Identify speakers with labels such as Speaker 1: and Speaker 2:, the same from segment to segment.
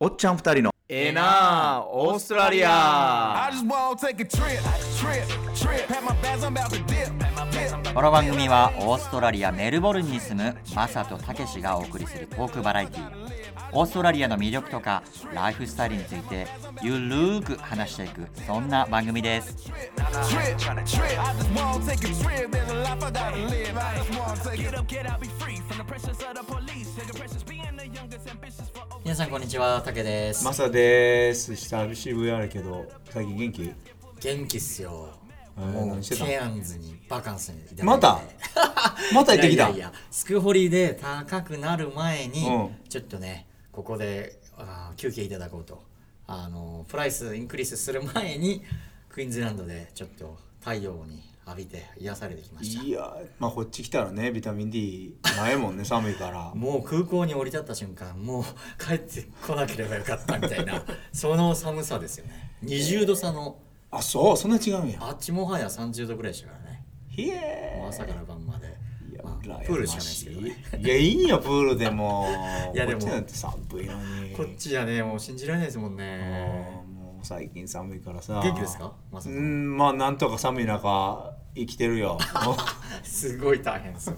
Speaker 1: おっちゃん二人の
Speaker 2: ええなあオーストラリア
Speaker 3: I just wanna take a trip, trip, trip. Pack my bags, I'm about to dip.
Speaker 4: この番組はオーストラリアメルボルンに住むマサとタケシがお送りするトークバラエティオーストラリアの魅力とかライフスタイルについてゆるーく話していくそんな番組です
Speaker 3: Trip, trip. I just wanna take a trip. There's a life I gotta live. I just wanna take a
Speaker 5: Get out, be free from the pressures of the police. Take the pressures, being the youngest, ambitious for
Speaker 4: 皆さんこんにちはタケです
Speaker 6: マサです。久しぶりやけど、最近元気
Speaker 4: 元気っすよ
Speaker 6: えー
Speaker 4: もう
Speaker 6: 何してた
Speaker 4: ケアンズにバカンスに行って
Speaker 6: またまた行ってき
Speaker 4: いや
Speaker 6: た
Speaker 4: いやいやスクホリで高くなる前に、
Speaker 6: うん
Speaker 4: ちょっとねここであー休憩いただこうとあのプライスインクリースする前にクイーンズランドでちょっと太陽に浴びて癒されてきました
Speaker 6: いや、まあこっち来たらね、ビタミン D ないも んね、寒いから。
Speaker 4: もう空港に降り立った瞬間もう帰ってこなければよかったみた いなその寒さですよね20度差の
Speaker 6: あ、そう、そんな違うんや。
Speaker 4: あっちもはや30度ぐらいでしたからね
Speaker 6: ひえ
Speaker 4: もう朝から晩まで、
Speaker 6: いや
Speaker 4: まあ、
Speaker 6: 羨
Speaker 4: プール
Speaker 6: ま
Speaker 4: しかないです
Speaker 6: し
Speaker 4: けどね
Speaker 6: い。いや、いいよ、プールでも。
Speaker 4: いやでも
Speaker 6: こっちなんて寒いのに。
Speaker 4: こっちじゃねもう信じられないですもん
Speaker 6: あ
Speaker 4: ね
Speaker 6: ーもう最近寒いからさ。
Speaker 4: 元気ですかマサ
Speaker 6: う
Speaker 4: さん
Speaker 6: ん、まあなんとか寒い中、生きて るよ。
Speaker 4: すごい大変 です。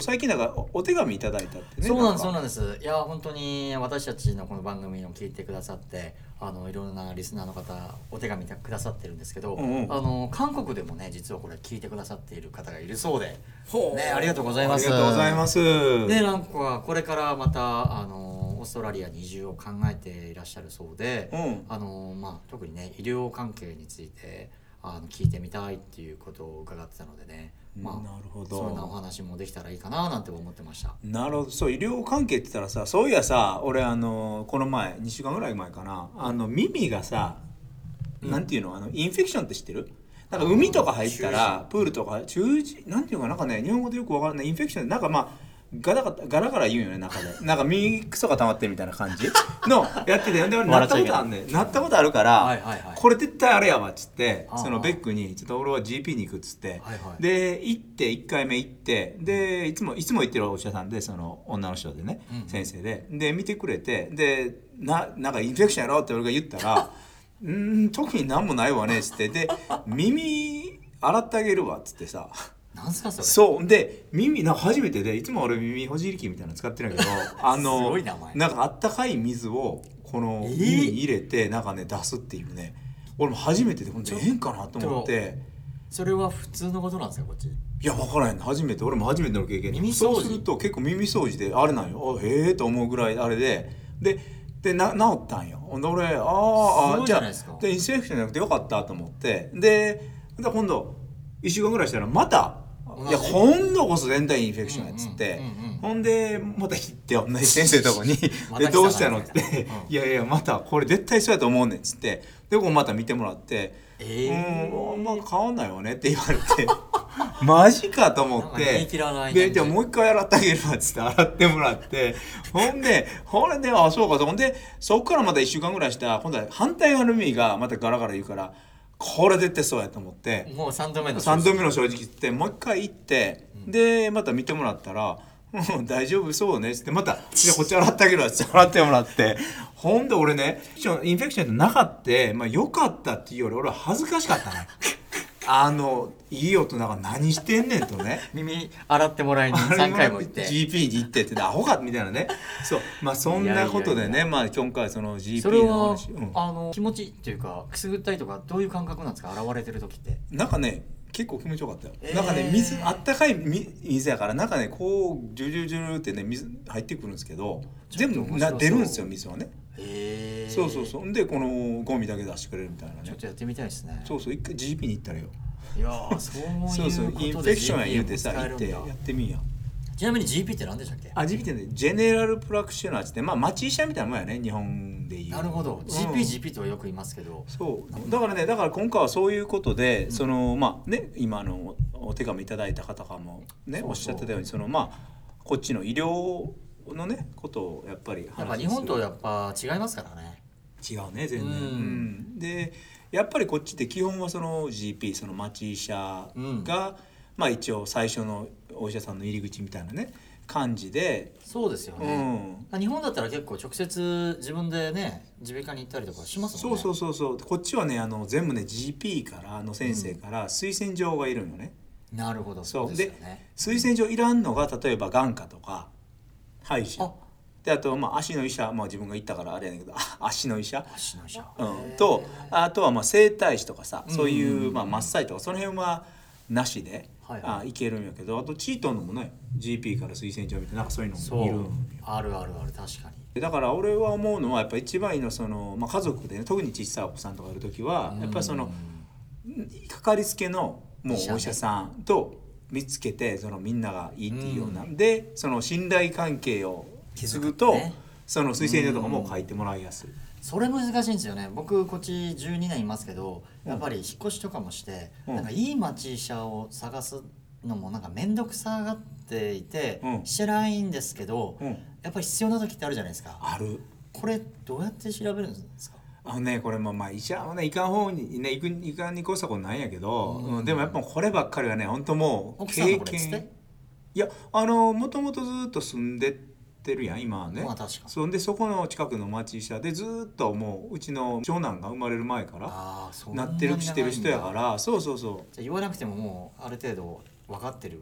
Speaker 6: 最近なんかおお手紙いただいたってね。
Speaker 4: そうなんです、そう
Speaker 6: か
Speaker 4: なんです。いや、本当に私たちのこの番組を聞いてくださって、あのいろんなリスナーの方、お手紙くださってるんですけど、
Speaker 6: うんうん
Speaker 4: あの韓国でもね、実はこれ聞いてくださっている方がいるそうで、
Speaker 6: ほう
Speaker 4: ね、ありがとうござい
Speaker 6: あ
Speaker 4: ま
Speaker 6: り
Speaker 4: す。
Speaker 6: がとうございます。
Speaker 4: ね、なんかこれからまたあのオーストラリアに移住を考えていらっしゃるそうで、
Speaker 6: うん
Speaker 4: あのまあ、特にね医療関係についてあの聞いてみたいっていうことを伺ってたのでね、まあ、
Speaker 6: なるほど
Speaker 4: そんなお話もできたらいいかななんて思ってました。
Speaker 6: なるほどそう医療関係って言ったらさそういやさ俺あのこの前2週間ぐらい前かなあの耳がさ、なんていうのあのインフェクションって知ってるなんか海とか入ったらプールとか中耳なんていうのかなんかね日本語でよくわからないインフェクションなんかまあガラガラガラガラ言うんよね中でなんか耳くそが溜まってるみたい な感じのやっててで俺な
Speaker 4: 笑
Speaker 6: っ
Speaker 4: っち
Speaker 6: た
Speaker 4: ゃい
Speaker 6: こ
Speaker 4: け
Speaker 6: と
Speaker 4: ない
Speaker 6: あんねんなったことあるから、
Speaker 4: はいはいはい
Speaker 6: これ絶対あれやわっつって
Speaker 4: ああ
Speaker 6: そのベックにちょっと俺は GP に行くっつって、
Speaker 4: はいはい
Speaker 6: で行って1回目行ってでいつもいつも行ってるお医者さんでその女の人でね、
Speaker 4: うん
Speaker 6: 先生でで見てくれてでななんかインフェクションやろって俺が言った ら「うーん特になんもないわね」っつってで「耳洗ってあげるわ」っつってさ
Speaker 4: なんすかそれ
Speaker 6: そうで耳なんか初めてでいつも俺耳ほじり器みたいなの使ってるんやけどあ
Speaker 4: す
Speaker 6: の
Speaker 4: ごい名前
Speaker 6: なんかあったかい水をこの
Speaker 4: えー
Speaker 6: 耳に入れてなんかね出すっていうね俺も初めてでほんとええんかなと思って。
Speaker 4: それは普通のことなんですかこっち
Speaker 6: いや分からへんの初めて俺も初めての経験
Speaker 4: 耳掃除
Speaker 6: そうすると結構耳掃除であれなんよあへえと思うぐらいあれでででな治ったんよほんで俺あーあ
Speaker 4: すご
Speaker 6: ー
Speaker 4: い
Speaker 6: じ
Speaker 4: じ
Speaker 6: ゃ
Speaker 4: ゃ
Speaker 6: あ
Speaker 4: ないですか
Speaker 6: でインセクションじゃなくてよかったと思ってでで今度1週間ぐらいしたらまた
Speaker 4: 同じ
Speaker 6: いや今度こそ全体インフェクションやっつっ
Speaker 4: うんうん
Speaker 6: て、
Speaker 4: うんうん
Speaker 6: ほんでまた行って同じ先生のとこに
Speaker 4: また来た
Speaker 6: で
Speaker 4: な
Speaker 6: どうしたのっ
Speaker 4: みたい
Speaker 6: て
Speaker 4: なうん
Speaker 6: いやいやまたこれ絶対そうやと思うねんっつってでこうまた見てもらって
Speaker 4: えー
Speaker 6: うんあんま変わんないわねって言われて マジかと思
Speaker 4: なん
Speaker 6: っ
Speaker 4: か
Speaker 6: て
Speaker 4: 言い切らない
Speaker 6: で
Speaker 4: 感じ
Speaker 6: じゃあもう一回洗ってあげるわっつって洗ってもらってほんでほんであそうかとほんでそこからまた1週間ぐらいしたら今度は反対側の耳がまたガラガラ言うからこれ絶対そうやと思って。
Speaker 4: もう3度目の
Speaker 6: 3度目の正直ってもう一回行って、でまた見てもらったら「うん大丈夫そうね」っつってまた「じゃあこっち洗ってあげるわ」っつって洗ってもらってほんで俺ねインフェクションってなかった、まあ、よかったっていうより俺は恥ずかしかっ たなあのいい音なんか何してんねんと ね
Speaker 4: 耳洗ってもらいに3回も行って
Speaker 6: GP に行ってってアホかみたいなねそうまあそんなこと
Speaker 4: い
Speaker 6: でね
Speaker 4: やいやい
Speaker 6: まあ今回その GP
Speaker 4: それ
Speaker 6: の
Speaker 4: は
Speaker 6: 話、うん
Speaker 4: あの気持ちっていうかくすぐったいとかどういう感覚なんですか現れてる時って
Speaker 6: なんかね結構気持ちよかったよ、
Speaker 4: えー
Speaker 6: なんかね水あったかいみ水やからなんかねこうジュジュジュルってね水入ってくるんですけど
Speaker 4: ちょ
Speaker 6: 全
Speaker 4: っと面白そう
Speaker 6: 部な出るんですよ水はね、
Speaker 4: へえ
Speaker 6: そうそうそうでこのゴミだけ出してくれるみたいな
Speaker 4: ちょっ
Speaker 6: ね
Speaker 4: とやってみたいですね
Speaker 6: そうそう一回 GP に行ったらよ
Speaker 4: いやーそういうことで
Speaker 6: そうそうインフェクションや言うてさ
Speaker 4: GP
Speaker 6: 行
Speaker 4: も使
Speaker 6: って
Speaker 4: え
Speaker 6: や
Speaker 4: るんだ
Speaker 6: ってみんや
Speaker 4: ちなみに GP って何でしたっけ
Speaker 6: あ GP ってねジェネラルプラクショナーっつってまあ町医者みたいなもんやね日本で言う
Speaker 4: なるほど
Speaker 6: うん
Speaker 4: GPGP とはよく言いますけど
Speaker 6: そうだからねだから今回はそういうことで、そのまあね今あのお手紙いただいた方からも
Speaker 4: そ
Speaker 6: ね
Speaker 4: うそう
Speaker 6: おっしゃってたようにそのまあこっちの医療のねことをやっぱり
Speaker 4: やっぱ
Speaker 6: 話
Speaker 4: 日
Speaker 6: をす
Speaker 4: 本
Speaker 6: る
Speaker 4: とやっぱ違いますからね
Speaker 6: 違うね全然、
Speaker 4: うん
Speaker 6: うんでやっぱりこっちって基本はその GP その町医者が、まあ一応最初のお医者さんの入り口みたいなね感じで、
Speaker 4: そうですよね、
Speaker 6: う
Speaker 4: 日本だったら結構直接自分でね耳鼻科に行ったりとかします
Speaker 6: そ
Speaker 4: もん
Speaker 6: う
Speaker 4: ね
Speaker 6: そう
Speaker 4: う
Speaker 6: そうそうこっちはねあの全部ね GP からあの先生から推薦状がいるのね、
Speaker 4: そうなるほど
Speaker 6: そう
Speaker 4: です
Speaker 6: で
Speaker 4: よね
Speaker 6: 推薦状いらんのが例えば眼科とか歯医者
Speaker 4: あ
Speaker 6: であと、まあ、足の医者、まあ、自分が行ったからあれやねんけど あ足の医者、
Speaker 4: 足の医者
Speaker 6: うん、とあとはまあ整体師とかさそう
Speaker 4: うんうん
Speaker 6: いうう、まあ、マッサージとかその辺はなしで、
Speaker 4: はい
Speaker 6: あいけるんやけどあとチートンのもね GP から推薦状みたいななんかそういうの
Speaker 4: そ
Speaker 6: もいるん
Speaker 4: う
Speaker 6: よ
Speaker 4: あるあるある確かに
Speaker 6: でだから俺は思うのはやっぱ一番いいのはその、まあ、家族でね特に小さいお子さんとかいる時はやっぱりそのかかりつけのもうお医者さんと見つけてそのみんながいいっていうような、でその信頼関係を継ぐと、
Speaker 4: 築くね
Speaker 6: その推薦状とかも書いてもらいやすい。
Speaker 4: それ難しいんですよね僕こっち12年いますけどやっぱり引っ越しとかもして、
Speaker 6: うん
Speaker 4: なんかいい町医者を探すのもなんか面倒くさがっていて、
Speaker 6: うん
Speaker 4: してないんですけど、
Speaker 6: うん
Speaker 4: やっぱり必要な時ってあるじゃないですか
Speaker 6: ある
Speaker 4: これどうやって調べるんですか
Speaker 6: あのねこれもまあ医者はねいかん方にねいくいかんに越したことないんやけど、うんでもやっぱこればっかりはね本当もう
Speaker 4: 奥さん
Speaker 6: 経
Speaker 4: のこれつって
Speaker 6: 験いやあのもともとずっと住んでってるやん今はね、
Speaker 4: まあ確かに
Speaker 6: そんでそこの近くの町医者でずっともううちの長男が生まれる前から
Speaker 4: ああそん
Speaker 6: な
Speaker 4: なに
Speaker 6: ってるしてる人やか
Speaker 4: 長いんだ
Speaker 6: らそうそうそう
Speaker 4: じゃあ言わなくてももうある程度分かってる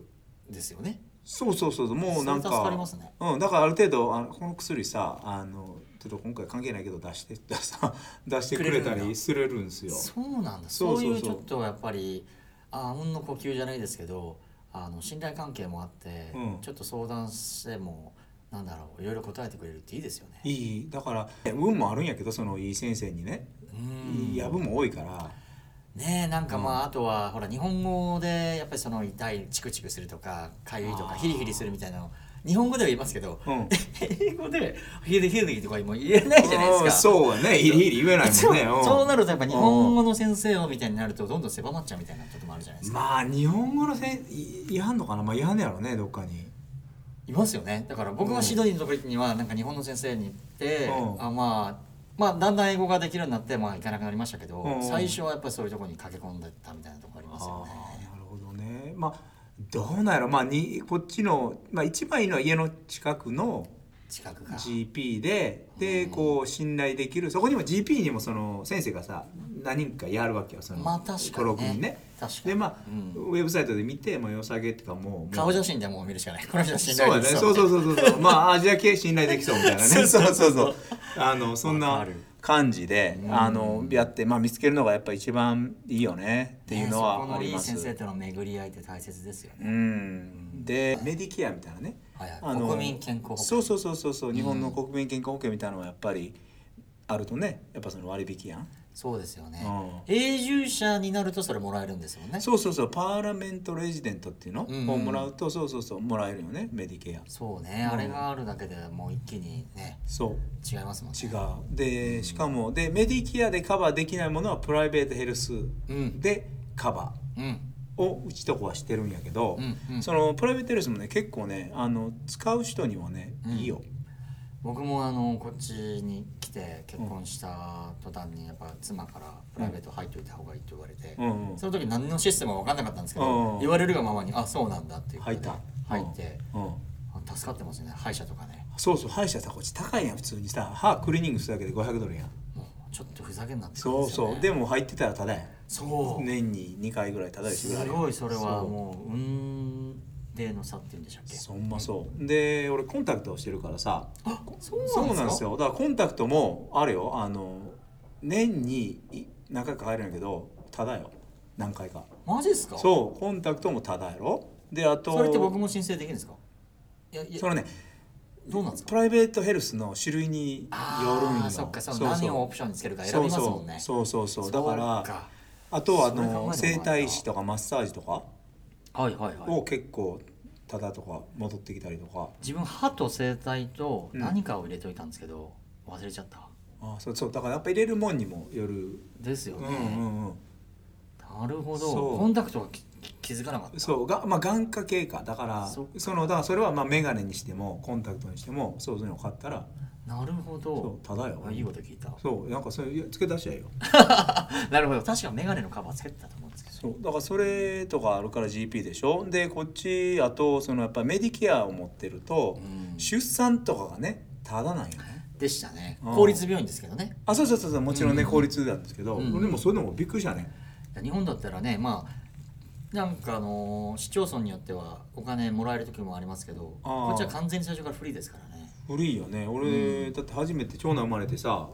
Speaker 4: んですよね
Speaker 6: そうそうそうそうもうなん
Speaker 4: そ
Speaker 6: か
Speaker 4: れ助かりますね
Speaker 6: うん、だからある程度あのこの薬さあのちょっと今回関係ないけど出して出さ出してくれた
Speaker 4: くれるん
Speaker 6: り
Speaker 4: だ
Speaker 6: するんですよ。
Speaker 4: そうなんだ
Speaker 6: そ
Speaker 4: そうう
Speaker 6: そうそう
Speaker 4: いうちょっとやっぱりあうんの呼吸じゃないですけどあの信頼関係もあって、
Speaker 6: うん
Speaker 4: ちょっと相談してもなんだろういろいろ答えてくれるっていいですよね。
Speaker 6: いいだから運もあるんやけどそのいい先生にね、
Speaker 4: うん
Speaker 6: やぶも多いから
Speaker 4: ねえなんかまあ、あとはほら日本語でやっぱりその痛いチクチクするとかかゆいとかヒリヒリするみたいなの日本語 では言いますけど、
Speaker 6: うん
Speaker 4: 英語でヒリヒリとかも言えないじゃないですか。
Speaker 6: うんそうやねいりいり言えない
Speaker 4: そ
Speaker 6: も
Speaker 4: うん
Speaker 6: ねん
Speaker 4: そうなるとやっぱ日本語の先生をみたいになるとどんどん狭まっちゃうみたいなこともあるじゃないですか。
Speaker 6: まあ日本語のせんいいはんのかなまあいはんねやろねどっかに
Speaker 4: いますよねだから僕がシドニーの時にはなんか日本の先生に行って、
Speaker 6: うん
Speaker 4: あまあまあだんだん英語ができるようになってまあ行かなくなりましたけど、
Speaker 6: うん
Speaker 4: 最初はやっぱりそういうところに駆け込んでたみたいなところありますよ
Speaker 6: あ
Speaker 4: ね
Speaker 6: ーなるほどねまあどうなんやろまあにこっちの、まあ、一番いいのは家の近くの
Speaker 4: 近くが
Speaker 6: GP ででこう信頼できるそこにも GP にもその先生がさ何人かやるわけよその
Speaker 4: まあ確か
Speaker 6: 登
Speaker 4: に
Speaker 6: 録
Speaker 4: ね
Speaker 6: にね。
Speaker 4: 確かに
Speaker 6: でまあ、
Speaker 4: うん
Speaker 6: ウェブサイトで見て、まあ、良さげっていうかもうもう
Speaker 4: 顔写真でもう見るしかないこの人は信
Speaker 6: そう
Speaker 4: 頼
Speaker 6: や
Speaker 4: で
Speaker 6: ね
Speaker 4: き
Speaker 6: そうそうそうそう そうまあアジア系信頼できそうみたいなね
Speaker 4: そうそうそうそう
Speaker 6: あのそん
Speaker 4: わか
Speaker 6: な
Speaker 4: る
Speaker 6: 感じで
Speaker 4: うん
Speaker 6: あのやって、まあ、見つけるのがやっぱ一番いいよねっていうの
Speaker 4: ねそこ
Speaker 6: はあ
Speaker 4: のい
Speaker 6: り
Speaker 4: い
Speaker 6: ます、
Speaker 4: 先生との巡り合いって大切ですよね、
Speaker 6: うん、でメディケアみたいなね、
Speaker 4: はいはい
Speaker 6: あの
Speaker 4: 国民健康保険
Speaker 6: そうそうそうそうそう日本の国民健康保険みたいなのはやっぱりあるとねやっぱその割引やん
Speaker 4: そうですよね、
Speaker 6: う
Speaker 4: 永住者になるとそれもらえるんですよね
Speaker 6: そうそうそうパーラメントレジデントっていうのを
Speaker 4: うんうん
Speaker 6: もらうとそうそうそうもらえるよねメディケア
Speaker 4: そうね、あれがあるだけでもう一気にね
Speaker 6: そう
Speaker 4: 違いますもんね
Speaker 6: 違うでしかもでメディケアでカバーできないものはプライベートヘルス
Speaker 4: うん
Speaker 6: でカバ
Speaker 4: うん
Speaker 6: ーをうちとこはしてるんやけど、
Speaker 4: うんうん
Speaker 6: そのプライベートヘルスもね結構ねあの使う人にはね、いいよ
Speaker 4: 僕もあのこっちに来て結婚した途端にやっぱ妻からプライベート入っておいた方がいいって言われて、
Speaker 6: うんうん
Speaker 4: その時何のシステムか分かんなかったんですけど、
Speaker 6: うんうん
Speaker 4: 言われるがままにあそうなんだっていうことで
Speaker 6: 入った
Speaker 4: 入って、
Speaker 6: うん
Speaker 4: あ助かってますね歯医者とかね
Speaker 6: そうそう歯医者さこっち高いやん普通にさ歯クリーニングするだけで500ドルやん
Speaker 4: もうちょっとふざけんなって
Speaker 6: そうそうで
Speaker 4: も
Speaker 6: も入ってたらただやん
Speaker 4: そう
Speaker 6: 年に2回ぐらいただし
Speaker 4: す
Speaker 6: ぐらいやん
Speaker 4: ごいそれは
Speaker 6: そう
Speaker 4: もう運命の差っていうんでしたっけ
Speaker 6: そんまそうで俺コンタクトをしてるからさ
Speaker 4: あそう
Speaker 6: そう
Speaker 4: な
Speaker 6: なんん
Speaker 4: で
Speaker 6: ですす
Speaker 4: よ
Speaker 6: よだからコンタクトもあるよあの年にい何回か入るんやけどただよ何回か
Speaker 4: マジですか
Speaker 6: そうコンタクトもただやろであと
Speaker 4: それって僕も申請できるんですかいやいや
Speaker 6: そのね
Speaker 4: どうなんです
Speaker 6: プ
Speaker 4: か
Speaker 6: ライベートヘルスの種類によるん
Speaker 4: あ
Speaker 6: よ
Speaker 4: ーそっかその何をオプションにつけるか選びますもんね
Speaker 6: そうそうそうそうだから
Speaker 4: そうか
Speaker 6: あとはあ
Speaker 4: それ考えたこと
Speaker 6: の
Speaker 4: ない
Speaker 6: 整体師とかマッサージとか
Speaker 4: はいはいはい
Speaker 6: を結構ただとか戻ってきたりとか
Speaker 4: 自分歯と声帯と
Speaker 6: うん
Speaker 4: 何かを入れといたんですけど、忘れちゃった
Speaker 6: あそうそうだからやっぱ入れるもんにもよる
Speaker 4: ですよ
Speaker 6: うん
Speaker 4: ね、
Speaker 6: うんうん
Speaker 4: なるほど
Speaker 6: そう
Speaker 4: コンタクトがきき気づかなかった
Speaker 6: そうが、まあ、眼科系かだから
Speaker 4: そっ
Speaker 6: そ
Speaker 4: か
Speaker 6: のだからそれはまあ眼鏡にしてもコンタクトにしてもそういうのを買ったら
Speaker 4: なるほ
Speaker 6: そ
Speaker 4: ど
Speaker 6: うただよ
Speaker 4: あいいこと聞いた
Speaker 6: そうなんかそれいや付け出しちゃえ よ
Speaker 4: なるほど確かメガネのカバーつけてたと思うんですけど
Speaker 6: そうだからそれとかあるから GP でしょでこっちあとそのやっぱメディケアを持ってると、
Speaker 4: うん
Speaker 6: 出産とかがねただなんよね
Speaker 4: でしたね
Speaker 6: うん
Speaker 4: 公立病院ですけどね
Speaker 6: あそうそうそうそうもちろんね、効率なんですけど、
Speaker 4: うん
Speaker 6: でもそういうのもびっくりしたね
Speaker 4: いや日本だったらねまあなんかあのー市町村によってはお金もらえる時もありますけど
Speaker 6: あー
Speaker 4: こっちは完全に最初からフリーですからね
Speaker 6: 古いよね俺、だって初めて長男生まれてさ、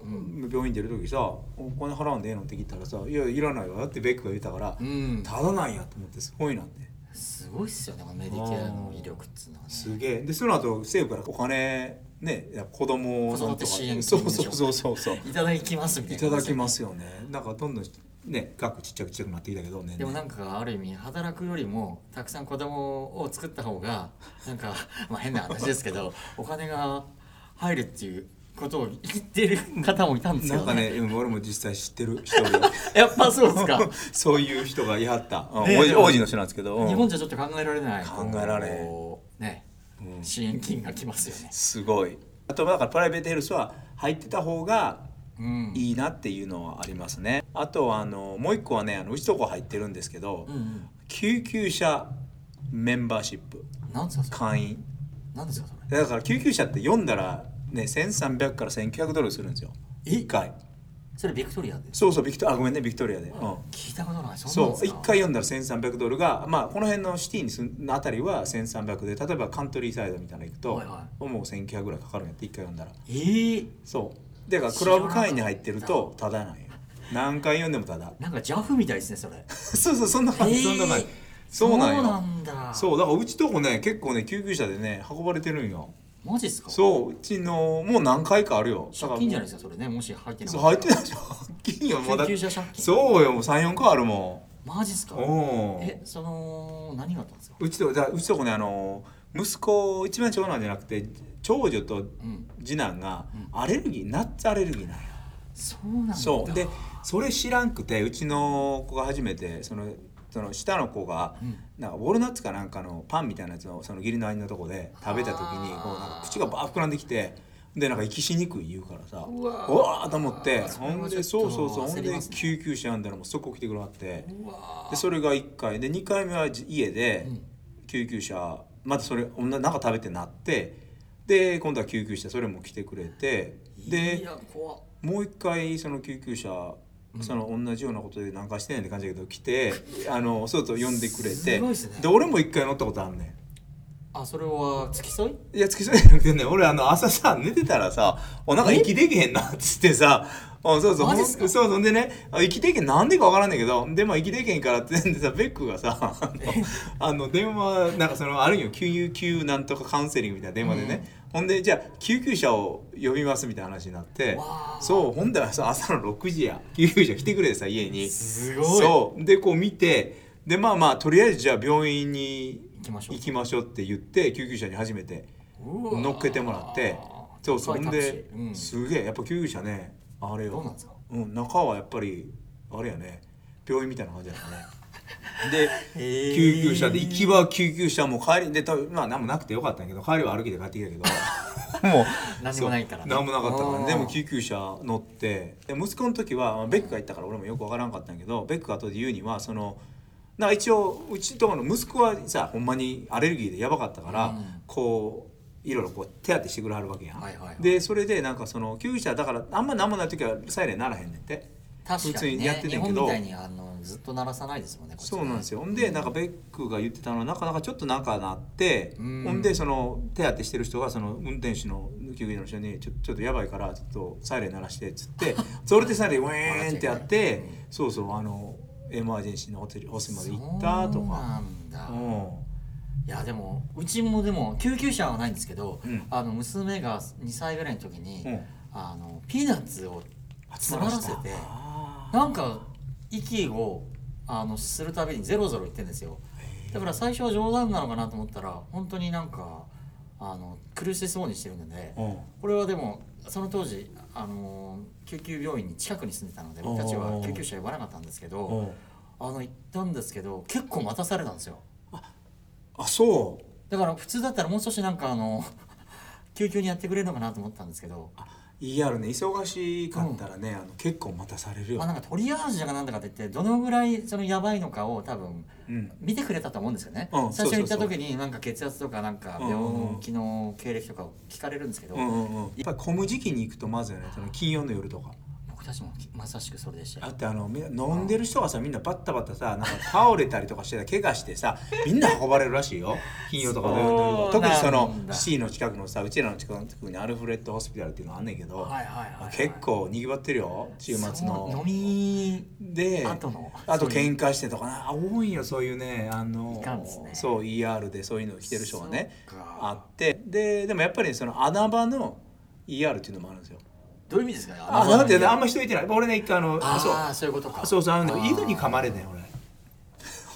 Speaker 6: 病院出る時さ「お金払わんでええの?」って聞いたらさ「いやいらないわ」ってベックが言ったから、
Speaker 4: うん
Speaker 6: ただなんやと思ってすごいなって
Speaker 4: すごいっすよねこのメディケアの威力っつうのはね
Speaker 6: すげえでその後政府からお金ねやっぱ子供をなん
Speaker 4: 子育
Speaker 6: とか
Speaker 4: て支援金でし
Speaker 6: そ
Speaker 4: ょ
Speaker 6: うそうそうそうそう
Speaker 4: いただきますみたい
Speaker 6: い
Speaker 4: な
Speaker 6: ただきますよねなんかどんどんね額ちっちゃくちっちゃくなってきたけどね
Speaker 4: でもなんかある意味働くよりもたくさん子供を作った方がなんか まあ変な話ですけどお金が入るっていうことを言ってる方もいたんです
Speaker 6: な
Speaker 4: よ
Speaker 6: んかね、うん俺も実際知ってる人が
Speaker 4: やっぱそうですか
Speaker 6: そういう人がいはった、うん
Speaker 4: ね
Speaker 6: 王
Speaker 4: で
Speaker 6: 子
Speaker 4: も
Speaker 6: 王子の人なんですけど、うん
Speaker 4: 日本じゃちょっと考えられない
Speaker 6: 考えられん
Speaker 4: こうね支援金が来ますよね
Speaker 6: すごいあとだからプライベートヘルスは入ってた方が
Speaker 4: うん
Speaker 6: いいなっていうのはありますねあとはあのもう一個はねあのうちとこ入ってるんですけど、
Speaker 4: うん
Speaker 6: 救急車メンバーシップ
Speaker 4: うんなんですかそれ
Speaker 6: 会員
Speaker 4: なんですかそれ
Speaker 6: だから救急車って読んだらね1300から1900ドルするんですよ1回
Speaker 4: それビクトリアで
Speaker 6: そうそうビクトあごめんねビクトリアで、うん、
Speaker 4: 聞いたことないそんなん
Speaker 6: そ
Speaker 4: です
Speaker 6: う
Speaker 4: か
Speaker 6: 1回読んだら1300ドルが、まあ、この辺のシティにすんのあたりは1300で例えばカントリーサイドみたいなの行くと、
Speaker 4: はいは
Speaker 6: もう1900ぐらいかかるんやって1回読んだら
Speaker 4: えー
Speaker 6: そうだからクラブ会員に入ってるとただなんよ何回読んでもただ
Speaker 4: なんか JAF みたいですねそれ
Speaker 6: そうそう そんな感じ、
Speaker 4: えー
Speaker 6: そんな感じそうなんよ
Speaker 4: そうなんだ
Speaker 6: そうだからうちとこね結構ね救急車でね運ばれてるんよ
Speaker 4: マジっすか
Speaker 6: そううちのもう何回かあるよ
Speaker 4: 借金じゃないです
Speaker 6: か
Speaker 4: かそれねもし入って
Speaker 6: ら
Speaker 4: な
Speaker 6: そ
Speaker 4: か
Speaker 6: う
Speaker 4: った
Speaker 6: 入
Speaker 4: ら
Speaker 6: ってないでしょ借金よもうだって
Speaker 4: 救急車借金
Speaker 6: そうよもう34回あるも
Speaker 4: マジっすか
Speaker 6: んおー
Speaker 4: えその何があったんですか
Speaker 6: うちとだうちとこねあの息子一番長男じゃなくて長女と
Speaker 4: ん
Speaker 6: 次男がアレルギー、ナッツアレルギーなんよ
Speaker 4: そうなんだ
Speaker 6: そうでそれ知らんくてうちの子が初めてそのその下の子が、なんかウォールナッツかなんかのパンみたいなやつのその義理の兄のとこで食べた時に
Speaker 4: あー
Speaker 6: こうなんか口がバー膨らんできてでなんか息しにくい言うからさ
Speaker 4: うわー
Speaker 6: わーと思って
Speaker 4: それ
Speaker 6: ほ
Speaker 4: はちょ
Speaker 6: ん
Speaker 4: っ
Speaker 6: でそ
Speaker 4: と
Speaker 6: うそうそうほ
Speaker 4: 焦
Speaker 6: ん
Speaker 4: り
Speaker 6: で
Speaker 4: ますね
Speaker 6: 救急車呼んだらもうそこ来てくれはって
Speaker 4: うわ
Speaker 6: でそれが1回で2回目はじ家で救急車またそれ女なんか食べてなってで今度は救急車それも来てくれて
Speaker 4: ー
Speaker 6: で
Speaker 4: いや怖っ
Speaker 6: もう一回その救急車その同じようなことで何回してんねんって感じだけど 来て、あのそうと呼んでくれて
Speaker 4: すごいっすね
Speaker 6: で俺も一回乗ったことあんね
Speaker 4: あそれは付き添い
Speaker 6: んいや付き添いじゃなくてね俺あの朝さ寝てたらさおなんか息できへんなっつってさあそうそう
Speaker 4: マ
Speaker 6: ほ
Speaker 4: ジ
Speaker 6: ん
Speaker 4: っすか
Speaker 6: そうそうでねあ息できへんなんでかわからんねんけどでも息できへんからってんでさベックがさあのあの電話なんかそのあるんよ救急なんとかカウンセリングみたいな電話でね、ほんでじゃあ救急車を呼びますみたいな話になって
Speaker 4: わー
Speaker 6: そうほんだらさ朝の6時や救急車来てくれてさ家に
Speaker 4: すごい
Speaker 6: そうでこう見てでまあまあとりあえずじゃあ病院に
Speaker 4: 行きましょう
Speaker 6: 行きましょうって言って救急車に初めて
Speaker 4: うわー
Speaker 6: 乗っけてもらってそうそ
Speaker 4: はい
Speaker 6: ん
Speaker 4: タク
Speaker 6: で
Speaker 4: シ、ーうん
Speaker 6: すげえやっぱ救急車ねあれよ
Speaker 4: どうなんですか
Speaker 6: うん、中はやっぱりあれやね病院みたいな 感じだったねで
Speaker 4: へー
Speaker 6: 救急車で行きは救急車も帰りで多分まあ何もなくてよかったんやけど帰りは歩きで帰ってきたけどもう
Speaker 4: 何もないからね
Speaker 6: そう何もなかったか
Speaker 4: あー
Speaker 6: らでも救急車乗ってで息子の時はまあベックが行ったから俺もよくわからんかったんやけどベックが後で言うにはそのなんか一応うちとこの息子はさほんまにアレルギーでやばかったから、
Speaker 4: うん
Speaker 6: こういろいろこう手当てしてくれはるわけやん、
Speaker 4: はいはいはい
Speaker 6: でそれでなんかその救急車だからあんま何もない時はサイレンならへんねんって
Speaker 4: 確
Speaker 6: 普
Speaker 4: か
Speaker 6: 通
Speaker 4: に
Speaker 6: にや
Speaker 4: ね
Speaker 6: ってん
Speaker 4: 日
Speaker 6: ねんけ
Speaker 4: 本
Speaker 6: ど
Speaker 4: みたいにあのずっと鳴らさないですもんねこっちね
Speaker 6: そうなんですよほんでなんかベックが言ってたのはなかなかちょっとなんかなって
Speaker 4: うん
Speaker 6: ほんでその手当てしてる人がその運転手の救急車の人にちょ「ちょっとやばいからちょっとサイレン鳴らして」っつってそれでサイレンウェーンってやってそうそうあのエマージェンシーのホテルホスまで行ったと
Speaker 4: そうな
Speaker 6: か。
Speaker 4: んだ
Speaker 6: うん
Speaker 4: いやでもうちもでも救急車はないんですけど、
Speaker 6: うん
Speaker 4: あの娘が2歳ぐらいの時に、
Speaker 6: うん
Speaker 4: あのピーナッツを詰まらせて
Speaker 6: あ
Speaker 4: なんか息をあのするたびにゼロゼロ言ってんですよだから最初は冗談なのかなと思ったら本当になんかあの苦しそうにしてるので、
Speaker 6: ーうん
Speaker 4: これはでもその当時あの救急病院に近くに住んでたので僕たちは救急車呼ばなかったんですけ
Speaker 6: う
Speaker 4: ど
Speaker 6: ん
Speaker 4: あの行ったんですけど結構待たされたんですよ
Speaker 6: あそう
Speaker 4: だから普通だったらもう少しなんかあの 急遽にやってくれるのかなと思ったんですけど
Speaker 6: ER ね忙しかったらね、あの結構待たされるよ
Speaker 4: まあ、なんかトリアージだかなんだかって言ってどのぐらいそのやばいのかを多分
Speaker 6: うん
Speaker 4: 見てくれたと思うんですよね、
Speaker 6: うん
Speaker 4: 最初に行った
Speaker 6: そうそう
Speaker 4: 時になんか血圧とかなんか
Speaker 6: うんうんうん
Speaker 4: 病気の経歴とかを聞かれるんですけど、
Speaker 6: うんうんうん、やっぱり混む時期に行くとまずよねその金曜の夜とか
Speaker 4: 僕たちもきまさしくそれでした
Speaker 6: だ
Speaker 4: よ
Speaker 6: ってあのみんな飲んでる人がさみんなバッタバッタさなんか倒れたりとかして怪我してさみんな運ばれるらしいよ金曜とか土曜の夜
Speaker 4: そう
Speaker 6: 特にその
Speaker 4: なんだ
Speaker 6: C の近くのさうちらの近くにアルフレッドホスピタルっていうのがあんねんけど、
Speaker 4: はいはいはいはい
Speaker 6: 結構にぎわってるよ週末の
Speaker 4: そう飲み
Speaker 6: で
Speaker 4: 後の
Speaker 6: あと
Speaker 4: そういう
Speaker 6: 喧嘩してとかなあ多いんよそういうねあの
Speaker 4: いかんですね
Speaker 6: そう ER でそういうのを着てる人がね
Speaker 4: そっか
Speaker 6: あってででもやっぱりその穴場の ER っていうのもあるんですよ
Speaker 4: どういう意味ですかね
Speaker 6: あ
Speaker 4: の
Speaker 6: だってねあんま人いてない俺ね一回あの
Speaker 4: あ
Speaker 6: そう
Speaker 4: あそういうことか
Speaker 6: そうそうあの
Speaker 4: あ
Speaker 6: ね
Speaker 4: ー
Speaker 6: 犬に噛まれてん俺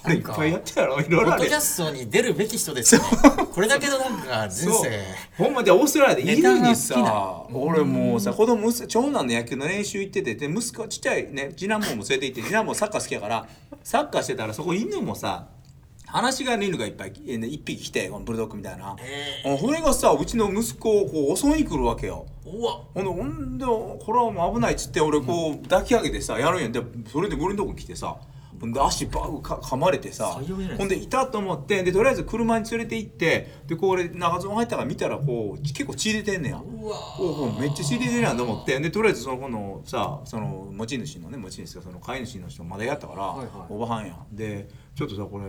Speaker 6: 俺
Speaker 4: なん
Speaker 6: いっ
Speaker 4: か
Speaker 6: ぱいやったやろいろ
Speaker 4: ポ
Speaker 6: いろあ
Speaker 4: ッド
Speaker 6: る
Speaker 4: キャストに出るべき人ですよねこれだけのなんか人
Speaker 6: そう
Speaker 4: 生
Speaker 6: ほんまでオーストラリアで犬に
Speaker 4: ネタ
Speaker 6: さ俺もうさ子供息子長男の野球の練習行っててで息子ちっちゃいね次男坊も連れて行って次男坊サッカー好きやからサッカーしてたらそこ犬もさ話が犬がいっぱいえね一匹来てこのブルドッグみたいな、
Speaker 4: え
Speaker 6: これがさうちの息子をこう襲いに来るわけよ
Speaker 4: うわ
Speaker 6: ほんでほんでこれはもう危ないっつって俺こう抱き上げてさやるんやんでそれで俺のとこ来てさほんで足バーか噛まれてさ
Speaker 4: 最悪じゃないですか
Speaker 6: ほんでいたと思ってでとりあえず車に連れて行ってでこう俺長ズボン入ったから見たらこう結構血出てんねや
Speaker 4: うわ
Speaker 6: おうおうめっちゃ血出てるやんと思ってでとりあえずその子のさその持ち主のね持ち主がその飼い主の人まだやったから、
Speaker 4: いはい
Speaker 6: おばはんやでちょっとさこれ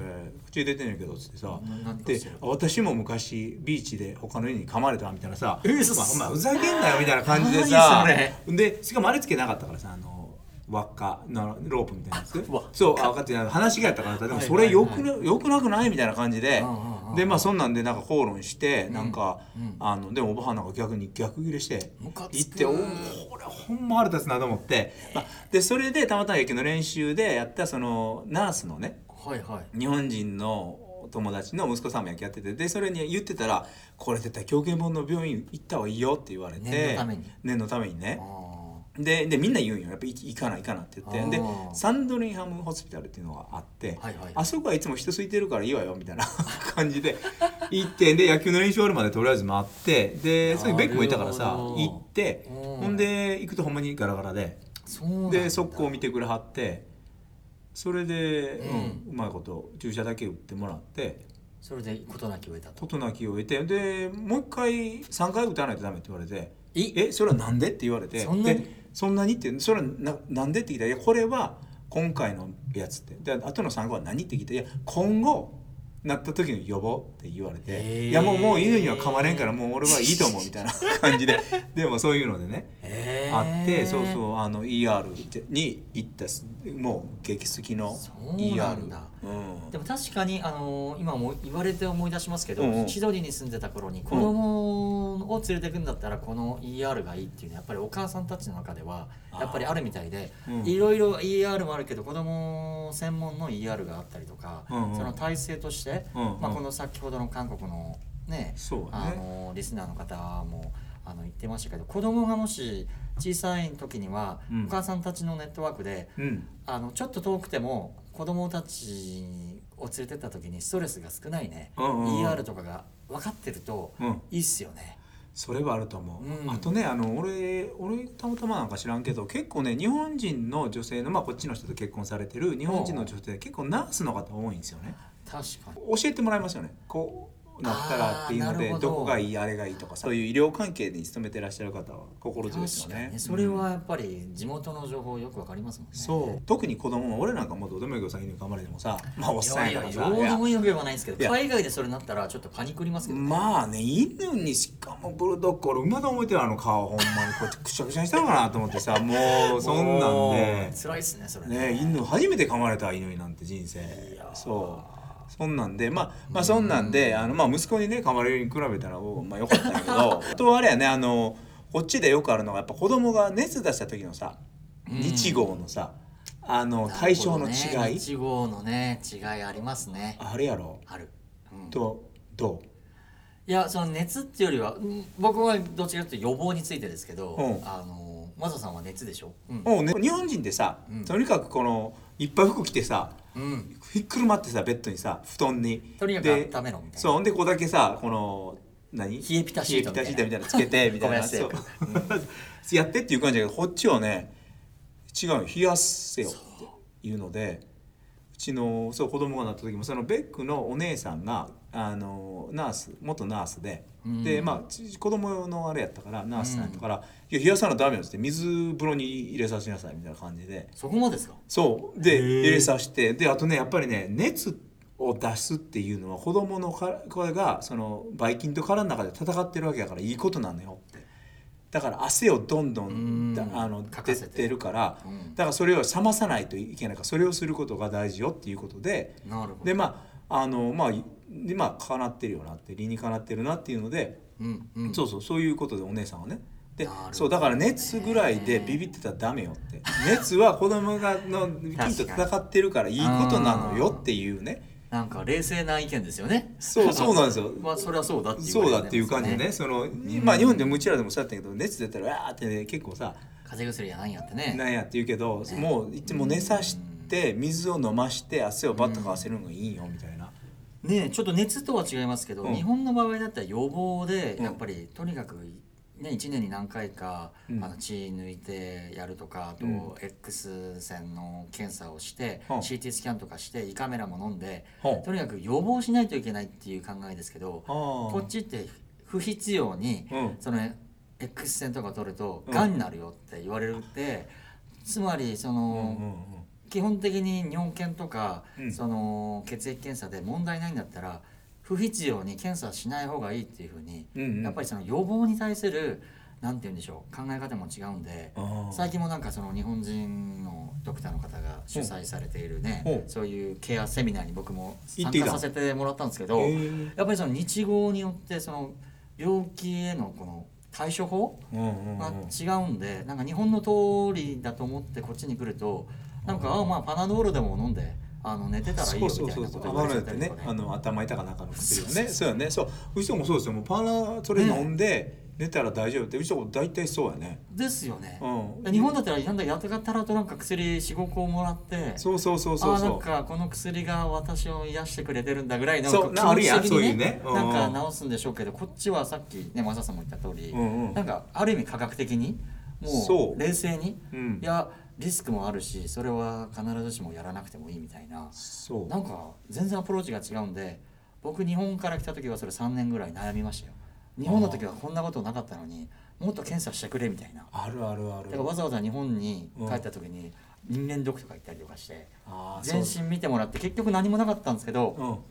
Speaker 6: 口出てんねんけどっつってさ
Speaker 4: ななんとか
Speaker 6: で
Speaker 4: しろ
Speaker 6: 私も昔ビーチで他の家に噛まれたみたいなさ
Speaker 4: えっ
Speaker 6: まあお前ふざけんなよみたいな感じで
Speaker 4: 何
Speaker 6: さ
Speaker 4: それ
Speaker 6: でしかもあれつけなかったからさあの輪っかのロープみたいなやつ
Speaker 4: 輪っか
Speaker 6: そうあ分かってない話がやったからさでもそれよくなよくなくないみたいな感じで
Speaker 4: うんうんうん
Speaker 6: でまあそんなんでなんか口論してなんか
Speaker 4: うん
Speaker 6: あのでもおばはんなんか逆に逆ギレして
Speaker 4: ムカつく
Speaker 6: 行っておおこれほんま腹立つなと思って、まあ、でそれでたまたま野球の練習でやったそのナースのね
Speaker 4: はいはい
Speaker 6: 日本人の友達の息子さんも野球やっててでそれに言ってたら「これ絶対狂犬本の病院行った方がいいよ」って言われて
Speaker 4: 念のために
Speaker 6: 念のためにね
Speaker 4: あー
Speaker 6: ででみんな言うんよやっぱ行行かな行かなって言って
Speaker 4: あ
Speaker 6: で
Speaker 4: ー
Speaker 6: サンドリンハムホスピタルっていうのがあって、
Speaker 4: はいはい
Speaker 6: あそこはいつも人空いてるからいいわよみたいな 感じで行ってで野球の練習終わるまでとりあえず回ってでそれにベックもいたから
Speaker 4: な
Speaker 6: さ
Speaker 4: るほど
Speaker 6: 行って
Speaker 4: うん
Speaker 6: ほんで行くとほんまにガラガラで
Speaker 4: そうなんだ
Speaker 6: で速攻見てくれはってそれで、
Speaker 4: う
Speaker 6: うんんうまいこと注射だけ打ってもらって
Speaker 4: それで事なきを得たと
Speaker 6: 事なきを得てでもう一回3回打たないとダメって言われて。
Speaker 4: え
Speaker 6: えそれはなんでって言われて
Speaker 4: そんなに
Speaker 6: でそんなにってそれはななんでって聞いたらいやこれは今回のやつってで後の3個は何って聞いたらいや今後なった時の予防って言われ
Speaker 4: へ
Speaker 6: て
Speaker 4: ー
Speaker 6: いやもうもう犬には噛まれんからもう俺はいいと思うみたいな 感じででもそういうのでね
Speaker 4: へー
Speaker 6: あってそうそうあの ER に行ったすもう激好きの
Speaker 4: そうな
Speaker 6: ER
Speaker 4: んだ
Speaker 6: うん
Speaker 4: でも確かに、あのー今も言われて思い出しますけど、
Speaker 6: うんうん
Speaker 4: シドニーに住んでた頃に子供を連れてくんだったらこの ER がいいっていうのはやっぱりお母さんたちの中ではやっぱりあるみたいで
Speaker 6: うん
Speaker 4: いろいろ ER もあるけど子供専門の ER があったりとか、
Speaker 6: うんうん
Speaker 4: その体制として、
Speaker 6: うんうん
Speaker 4: まあ、この先ほどの韓国のね
Speaker 6: そうね
Speaker 4: あのーリスナーの方もあの言ってましたけど子供がもし小さい時には、
Speaker 6: うん
Speaker 4: お母さんたちのネットワークで
Speaker 6: うん
Speaker 4: あのちょっと遠くても子供たちを連れてった時にストレスが少ないね、
Speaker 6: うんうんうん
Speaker 4: ER とかが分かってると
Speaker 6: うん
Speaker 4: いいっすよね、
Speaker 6: それはあると思う、
Speaker 4: うん
Speaker 6: あとねあの俺俺たまたまなんか知らんけど結構ね日本人の女性のまあこっちの人と結婚されてる日本人の女性結構ナースの方多いんですよね
Speaker 4: 確かに
Speaker 6: 教えてもらいますよねこうなったらっていう
Speaker 4: あ
Speaker 6: の
Speaker 4: ーな
Speaker 6: で
Speaker 4: るほ
Speaker 6: ど
Speaker 4: ど
Speaker 6: こがいいあれがいいとかさそういう医療関係に勤めてらっしゃる方は心強いですよ
Speaker 4: 確か
Speaker 6: ね
Speaker 4: にねそれはやっぱり地元の情報よく分かりますもんね
Speaker 6: そう特に子供も俺なんかもうどうでもいいけどさ犬噛まれてもさまあおっさん
Speaker 4: い
Speaker 6: や
Speaker 4: や
Speaker 6: から
Speaker 4: い
Speaker 6: さ
Speaker 4: やどう
Speaker 6: い
Speaker 4: で
Speaker 6: や
Speaker 4: もいいわけはないんですけ
Speaker 6: い
Speaker 4: ど
Speaker 6: や
Speaker 4: 海外でそれになったらちょっとパニクりますけど、
Speaker 6: まあね犬にしかもブルドッグ俺馬と思ってるあの顔ほんまにこうやってくしゃくしゃにしたのかなと思ってさも うそんなんで
Speaker 4: もう辛いっすねそれ
Speaker 6: ね犬初めて噛まれた犬になんて人生そうそんなんでまあまあそんなんであのまあ息子にね噛まれるに比べたらおまあ良かったんやけ どあとあれやねあのこっちでよくあるのがやっぱ子供が熱出した時のさ日号のさあの対象
Speaker 4: な
Speaker 6: の
Speaker 4: るほどね
Speaker 6: 違い
Speaker 4: 日号のね違いありますね
Speaker 6: あれやろ
Speaker 4: ある、うん
Speaker 6: とど
Speaker 4: いやその熱っていうよりはうん僕はどっちかというと予防についてですけど、
Speaker 6: うん
Speaker 4: あのマサさんは熱でしょ、うん
Speaker 6: うもうね日本人ってさ
Speaker 4: うん
Speaker 6: とにかくこのいっぱい服着てさ
Speaker 4: うん、
Speaker 6: ひっくるまってさベッドにさ布団に
Speaker 4: とにかく
Speaker 6: で
Speaker 4: 温めろみたいな
Speaker 6: そうほんでここだけさこの何
Speaker 4: 冷えピタシートみたいな
Speaker 6: 冷えピタシートみたいなのつけてみたい
Speaker 4: ごめ
Speaker 6: な
Speaker 4: んなさい
Speaker 6: そう やってっていう感じだけどこっちはね違うよ冷やせよっていうのでうちのそう子供がなった時もそのベックのお姉さんがあのナース元ナースで、でまあち子供のあれやったからナースさんやったから「いや冷やさなダメよ」っつって水風呂に入れさせなさいみたいな感じで。
Speaker 4: そこまでですか
Speaker 6: そうで入れさせてであとねやっぱりね熱を出すっていうのは子供のかこれがそのばい菌と殻の中で戦ってるわけだからいいことなのよってだから汗をどんどんだあの
Speaker 4: かか
Speaker 6: 出
Speaker 4: せて
Speaker 6: てるから、だからそれを冷まさないといけないからそれをすることが大事よっていうことで
Speaker 4: なるほど
Speaker 6: でまああのまあでまあかなってるよなって理にかなってるなっていうので
Speaker 4: うんうん
Speaker 6: そうそうそういうことでお姉さんはねで
Speaker 4: るほど
Speaker 6: そうだから熱ぐらいでビビってたらダメよって熱は子供がの菌と戦ってるからいいことなのよっていうね
Speaker 4: なんか冷静な意見ですよね
Speaker 6: そうそうなんですよ
Speaker 4: まあそれはそうだっていう
Speaker 6: そうだっていう感じでねそのまあ日本でもうちらでもそうやったけど熱出たらわーってね結構さ
Speaker 4: 風邪薬やなんやってね
Speaker 6: なんやって言うけどもういつも寝さして水を飲まして汗をバッとかわせるのがいいよみたいな
Speaker 4: ねえちょっと熱とは違いますけど、
Speaker 6: うん
Speaker 4: 日本の場合だったら予防で
Speaker 6: ん
Speaker 4: やっぱりとにかく、ね、1年に何回か、
Speaker 6: うん
Speaker 4: あの血抜いてやるとかあと、
Speaker 6: うん
Speaker 4: X 線の検査をして、
Speaker 6: うん
Speaker 4: CT スキャンとかして胃カメラも飲んで、
Speaker 6: うん
Speaker 4: とにかく予防しないといけないっていう考えですけど、
Speaker 6: あー
Speaker 4: こっちって不必要に、
Speaker 6: うん
Speaker 4: その X 線とか取ると
Speaker 6: うん
Speaker 4: がんになるよって言われるって、つまりその。
Speaker 6: うんうん
Speaker 4: 基本的に尿検とか、
Speaker 6: うん
Speaker 4: その血液検査で問題ないんだったら不必要に検査しない方がいいっていうふうに、
Speaker 6: うんうん
Speaker 4: やっぱりその予防に対するなんて言うんでしょう考え方も違うんで
Speaker 6: あー
Speaker 4: 最近もなんかその日本人のドクターの方が主催されているね、
Speaker 6: ほう
Speaker 4: そういうケアセミナーに僕も
Speaker 6: 行
Speaker 4: 参
Speaker 6: ってい
Speaker 4: 加
Speaker 6: た
Speaker 4: させてもらったんですけど
Speaker 6: へー
Speaker 4: やっぱりその日号によってその病気へのこの対処法、
Speaker 6: うんうん
Speaker 4: まあ
Speaker 6: うん
Speaker 4: 違うんでなんか日本の通りだと思ってこっちに来るとなんか、あまあパナドールでも飲んであの寝てたらいいよみたいなこと言われちゃったりと
Speaker 6: ね
Speaker 4: かね
Speaker 6: あの頭痛かなんかの薬を
Speaker 4: そうそう
Speaker 6: ねそうやねそううちとかもそうですよもうパナそれ飲んで寝たら大丈夫ってうちとか大体そうやね
Speaker 4: ですよね、
Speaker 6: うん
Speaker 4: 日本だったらなんだやたたらとなんか薬45個もらって
Speaker 6: そうそうそうそう
Speaker 4: あな
Speaker 6: そ
Speaker 4: ん
Speaker 6: う
Speaker 4: かこの薬が私を癒してくれてるんだぐらいの
Speaker 6: そう
Speaker 4: 気持ち的
Speaker 6: あるやんそうい
Speaker 4: に
Speaker 6: うねうん
Speaker 4: なんか治すんでしょうけどこっちはさっきねマサさんも言った通り、
Speaker 6: うんうん
Speaker 4: なんかある意味科学的にも
Speaker 6: そうう
Speaker 4: 冷静に、
Speaker 6: うん
Speaker 4: いやリスクもあるしそれは必ずしもやらなくてもいいみたいな
Speaker 6: そう
Speaker 4: なんか全然アプローチが違うんで僕日本から来た時はそれ3年ぐらい悩みましたよ日本の時はこんなことなかったのにもっと検査してくれみたいな
Speaker 6: あるあるある
Speaker 4: だからわざわざ日本に帰った時に人間ドックとか行ったりとかして
Speaker 6: あー
Speaker 4: 全身見てもらって結局何もなかったんですけど
Speaker 6: そ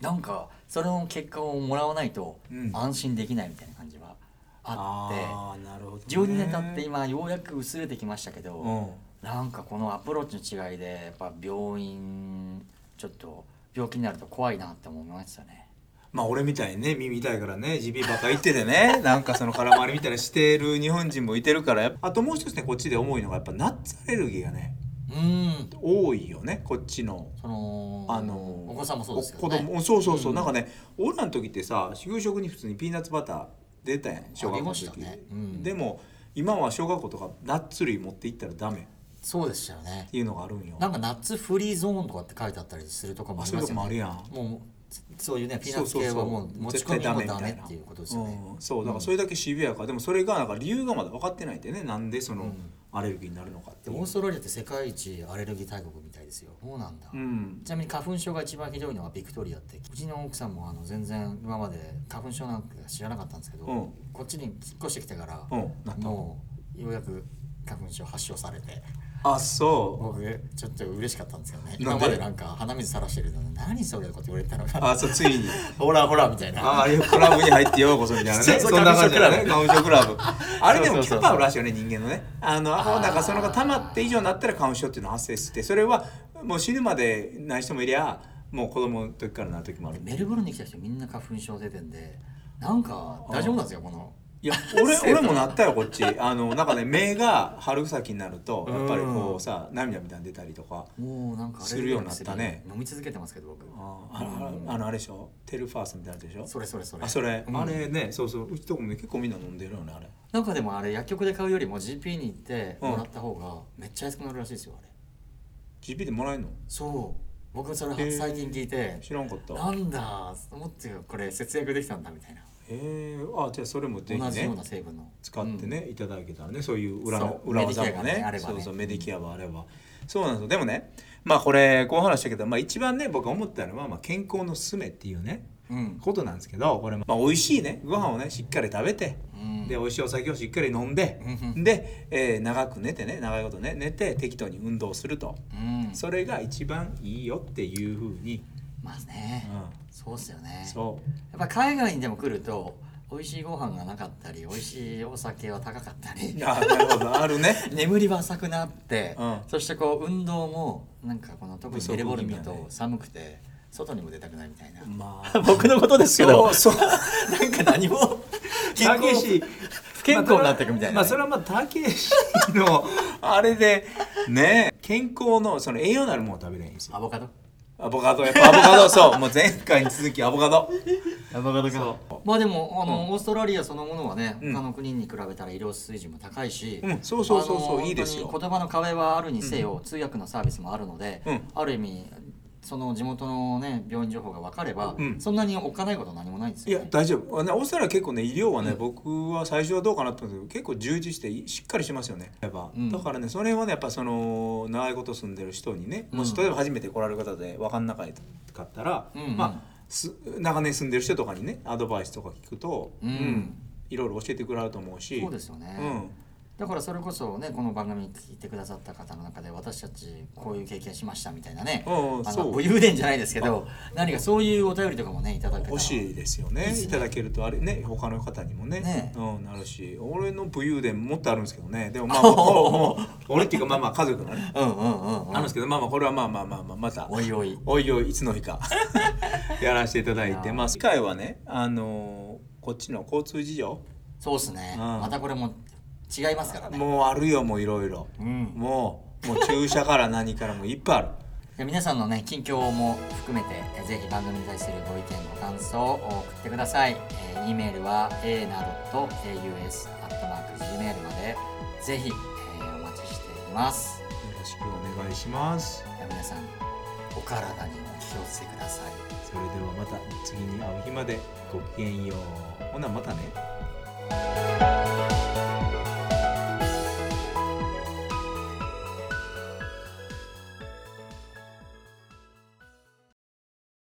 Speaker 6: う
Speaker 4: なんかそれの結果をもらわないと
Speaker 6: うん
Speaker 4: 安心できないみたいな感じは
Speaker 6: うん
Speaker 4: あ
Speaker 6: あーなるほどね
Speaker 4: って12年経って今ようやく薄れてきましたけど、
Speaker 6: うん
Speaker 4: なんかこのアプローチの違いでやっぱ病院ちょっと病気になると怖いなって思いましたね
Speaker 6: まあ俺みたいにね耳痛いからね耳鼻ばっか言っててね なんかその空回りみたいなしてる日本人もいてるからやっぱあともう一つねこっちで重いのがやっぱナッツアレルギーがね
Speaker 4: うん
Speaker 6: 多いよねこっちの
Speaker 4: その
Speaker 6: あの
Speaker 4: お子さんもそうですけど
Speaker 6: お
Speaker 4: ね
Speaker 6: 子供そうそうそう、なんかね俺らの時ってさ給食に普通にピーナッツバター出たやん小学校の
Speaker 4: あ
Speaker 6: 時、
Speaker 4: りましたねうん
Speaker 6: でも今は小学校とかナッツ類持って行ったらダメっ
Speaker 4: そうでしたよね
Speaker 6: ていうのがあるんよ
Speaker 4: なんかナッツフリーゾーンとかって書いてあったりするとかもありますよね
Speaker 6: あそういうとこもあるやん
Speaker 4: もうそういうねピーナッツ系はもう持ち込みもダメっていうことですよね
Speaker 6: うんそうだからそれだけシビアかでもそれがなんか理由がまだ分かってないんだよねなんでそのアレルギーになるのかって
Speaker 4: で
Speaker 6: いう
Speaker 4: オーストラリアって世界一アレルギー大国みたいですよそうなんだ、
Speaker 6: うん
Speaker 4: ちなみに花粉症が一番ひどいのはビクトリアってうちの奥さんもあの全然今まで花粉症なんか知らなかったんですけど、
Speaker 6: うん
Speaker 4: こっちに引っ越してきてから、
Speaker 6: うんなった
Speaker 4: もうようやく花粉症発症されて
Speaker 6: あそう
Speaker 4: 僕ちょっと嬉しかったんですけどね
Speaker 6: な
Speaker 4: 今
Speaker 6: んで
Speaker 4: までなんか鼻水さらしてるのに何それとかって言われたのが
Speaker 6: あそうついに
Speaker 4: ほらほらみたいな
Speaker 6: ああいうクラブに入ってようこそみたいな
Speaker 4: そう
Speaker 6: ね
Speaker 4: そう
Speaker 6: そんな感じだね花粉症クラブ あれで
Speaker 4: そ
Speaker 6: も
Speaker 4: う
Speaker 6: キ
Speaker 4: そうそう
Speaker 6: ャパあるらしいよね人間のねあのあなんかそのが溜まって以上になったら花粉症っていうのが発生してそれはもう死ぬまでない人もいりゃもう子供の時からなる時もある
Speaker 4: メルボルンに来た人みんな花粉症出てんでなんか大丈夫なんですよこの
Speaker 6: いや俺俺もなったよこっちあのなんかね目が春先になるとやっぱりこうさ涙みたいに出たりとか
Speaker 4: もうなんかアレ
Speaker 6: す
Speaker 4: ルギ
Speaker 6: る
Speaker 4: ー
Speaker 6: よう
Speaker 4: の
Speaker 6: になっ
Speaker 4: 薬
Speaker 6: たね
Speaker 4: 飲み続けてますけど僕
Speaker 6: ああのあのあれでしょテルファースみたいなやつでしょ
Speaker 4: それそれそれ
Speaker 6: あそれ、
Speaker 4: うん
Speaker 6: あれねそうそううちとこもね結構みんな飲んでるよねあれ
Speaker 4: なんかでもあれ薬局で買うよりも GP に行ってもらった方がめっちゃ安くなるらしいですよあれ
Speaker 6: GP でもらえるの
Speaker 4: そう僕それ
Speaker 6: へー
Speaker 4: 最近聞いて
Speaker 6: 知らんかった
Speaker 4: なんだもっとこれ節約できたんだみたいな
Speaker 6: へえあじゃあそれもぜひ
Speaker 4: 同じよう
Speaker 6: ね
Speaker 4: な成分の
Speaker 6: 使ってね、いただけたらねそういう裏
Speaker 4: そう
Speaker 6: 裏技
Speaker 4: メディケアが
Speaker 6: も
Speaker 4: ね
Speaker 6: ね
Speaker 4: あればね
Speaker 6: そうそうメディケアはあれば、そうなんですよでもねまあこれこう話したけど、まあ、一番ね僕思ったのは、まあ、健康のすめっていうね
Speaker 4: うん
Speaker 6: ことなんですけどこれ、まあ、美味しいねご飯をねしっかり食べて、
Speaker 4: うん
Speaker 6: で美味しいお酒をしっかり飲んで、で、えー長く寝てね長いことね寝て適当に運動すると、
Speaker 4: うん
Speaker 6: それが一番いいよっていうふうに、
Speaker 4: まあね、
Speaker 6: う
Speaker 4: そうっすよね
Speaker 6: そう
Speaker 4: やっぱ海外にでも来ると美味しいご飯がなかったり美味しいお酒は高かったり
Speaker 6: あなるほどあるね
Speaker 4: 眠りは浅くなって、
Speaker 6: うん
Speaker 4: そしてこう運動もなんかこの特に
Speaker 6: 不足
Speaker 4: メルボルン
Speaker 6: 気味
Speaker 4: だ
Speaker 6: だね
Speaker 4: と寒くて外にも出たくないみたいな、
Speaker 6: まあ
Speaker 4: 僕のことですけど
Speaker 6: そうそう
Speaker 4: なんか何も健康
Speaker 6: 激しい
Speaker 4: 不健康になっていくみたいな、
Speaker 6: まあそれはまあたけしのあれでね健康のその栄養のあるものを食べないんですよ
Speaker 4: アボカド
Speaker 6: アボカドやっぱアボカドそうもう前回に続きアボカドアボカドか
Speaker 4: まあでもあの、オーストラリアそのものはね、
Speaker 6: うん
Speaker 4: 他の国に比べたら医療水準も高いし、
Speaker 6: うんそうそうそうそう
Speaker 4: あの
Speaker 6: いいですよ
Speaker 4: 本当に言葉の壁はあるにせよ、通訳のサービスもあるので、
Speaker 6: うん
Speaker 4: ある意味その地元のね病院情報が分かれば、
Speaker 6: うん
Speaker 4: そんなにおっかないことは何もないんです
Speaker 6: いや
Speaker 4: よ、ね、
Speaker 6: 大丈夫あねオーストラリア結構ね医療はね、僕は最初はどうかなと思ったけど結構充実していしっかりしますよねやっぱ、
Speaker 4: うん
Speaker 6: だからねその辺はねやっぱその長いこと住んでる人にねも
Speaker 4: う
Speaker 6: し
Speaker 4: ん
Speaker 6: 例えば初めて来られる方で分かんなかったら、
Speaker 4: うんうん
Speaker 6: まあす長年住んでる人とかにねアドバイスとか聞くと、
Speaker 4: うん
Speaker 6: いろいろ教えてくれると思うし
Speaker 4: そうですよね、
Speaker 6: うん
Speaker 4: だからそれこそねこの番組聞いてくださった方の中で私たちこういう経験しましたみたいなね、
Speaker 6: うんうん
Speaker 4: あ
Speaker 6: そ
Speaker 4: の
Speaker 6: う
Speaker 4: 武勇伝じゃないですけど何かそういうお便りとかもねいただけたら
Speaker 6: 欲し いですよね
Speaker 4: いいですね
Speaker 6: いただけるとあれね他の方にもね
Speaker 4: ね
Speaker 6: うん、なるし俺の武勇伝もっとあるんですけどねで もまあもうもう俺っていうかまあまあ家族のね
Speaker 4: うんうんうん、うん
Speaker 6: あるんですけどまあまあこれはまあまあまあまあまた
Speaker 4: おいおい
Speaker 6: おいおいいつの日 かやらせていただい
Speaker 4: い
Speaker 6: て
Speaker 4: や
Speaker 6: まあ次回はねあのーこっちの交通事情
Speaker 4: そうっすね、
Speaker 6: うん
Speaker 4: またこれも違いますからね
Speaker 6: もうあるよもういろいろ
Speaker 4: うん
Speaker 6: もうもう注射から何からもいっぱいある
Speaker 4: じゃあ皆さんのね近況も含めてえーぜひ番組に対するご意見ご感想を送ってください、えー、E メールは a などと aus.gmail までぜひ、えーお待ちしています
Speaker 6: よろしくお願いします
Speaker 4: じゃあ皆さんお体にお気をつけください
Speaker 6: それではまた次に会う日までごきげんようほなまたね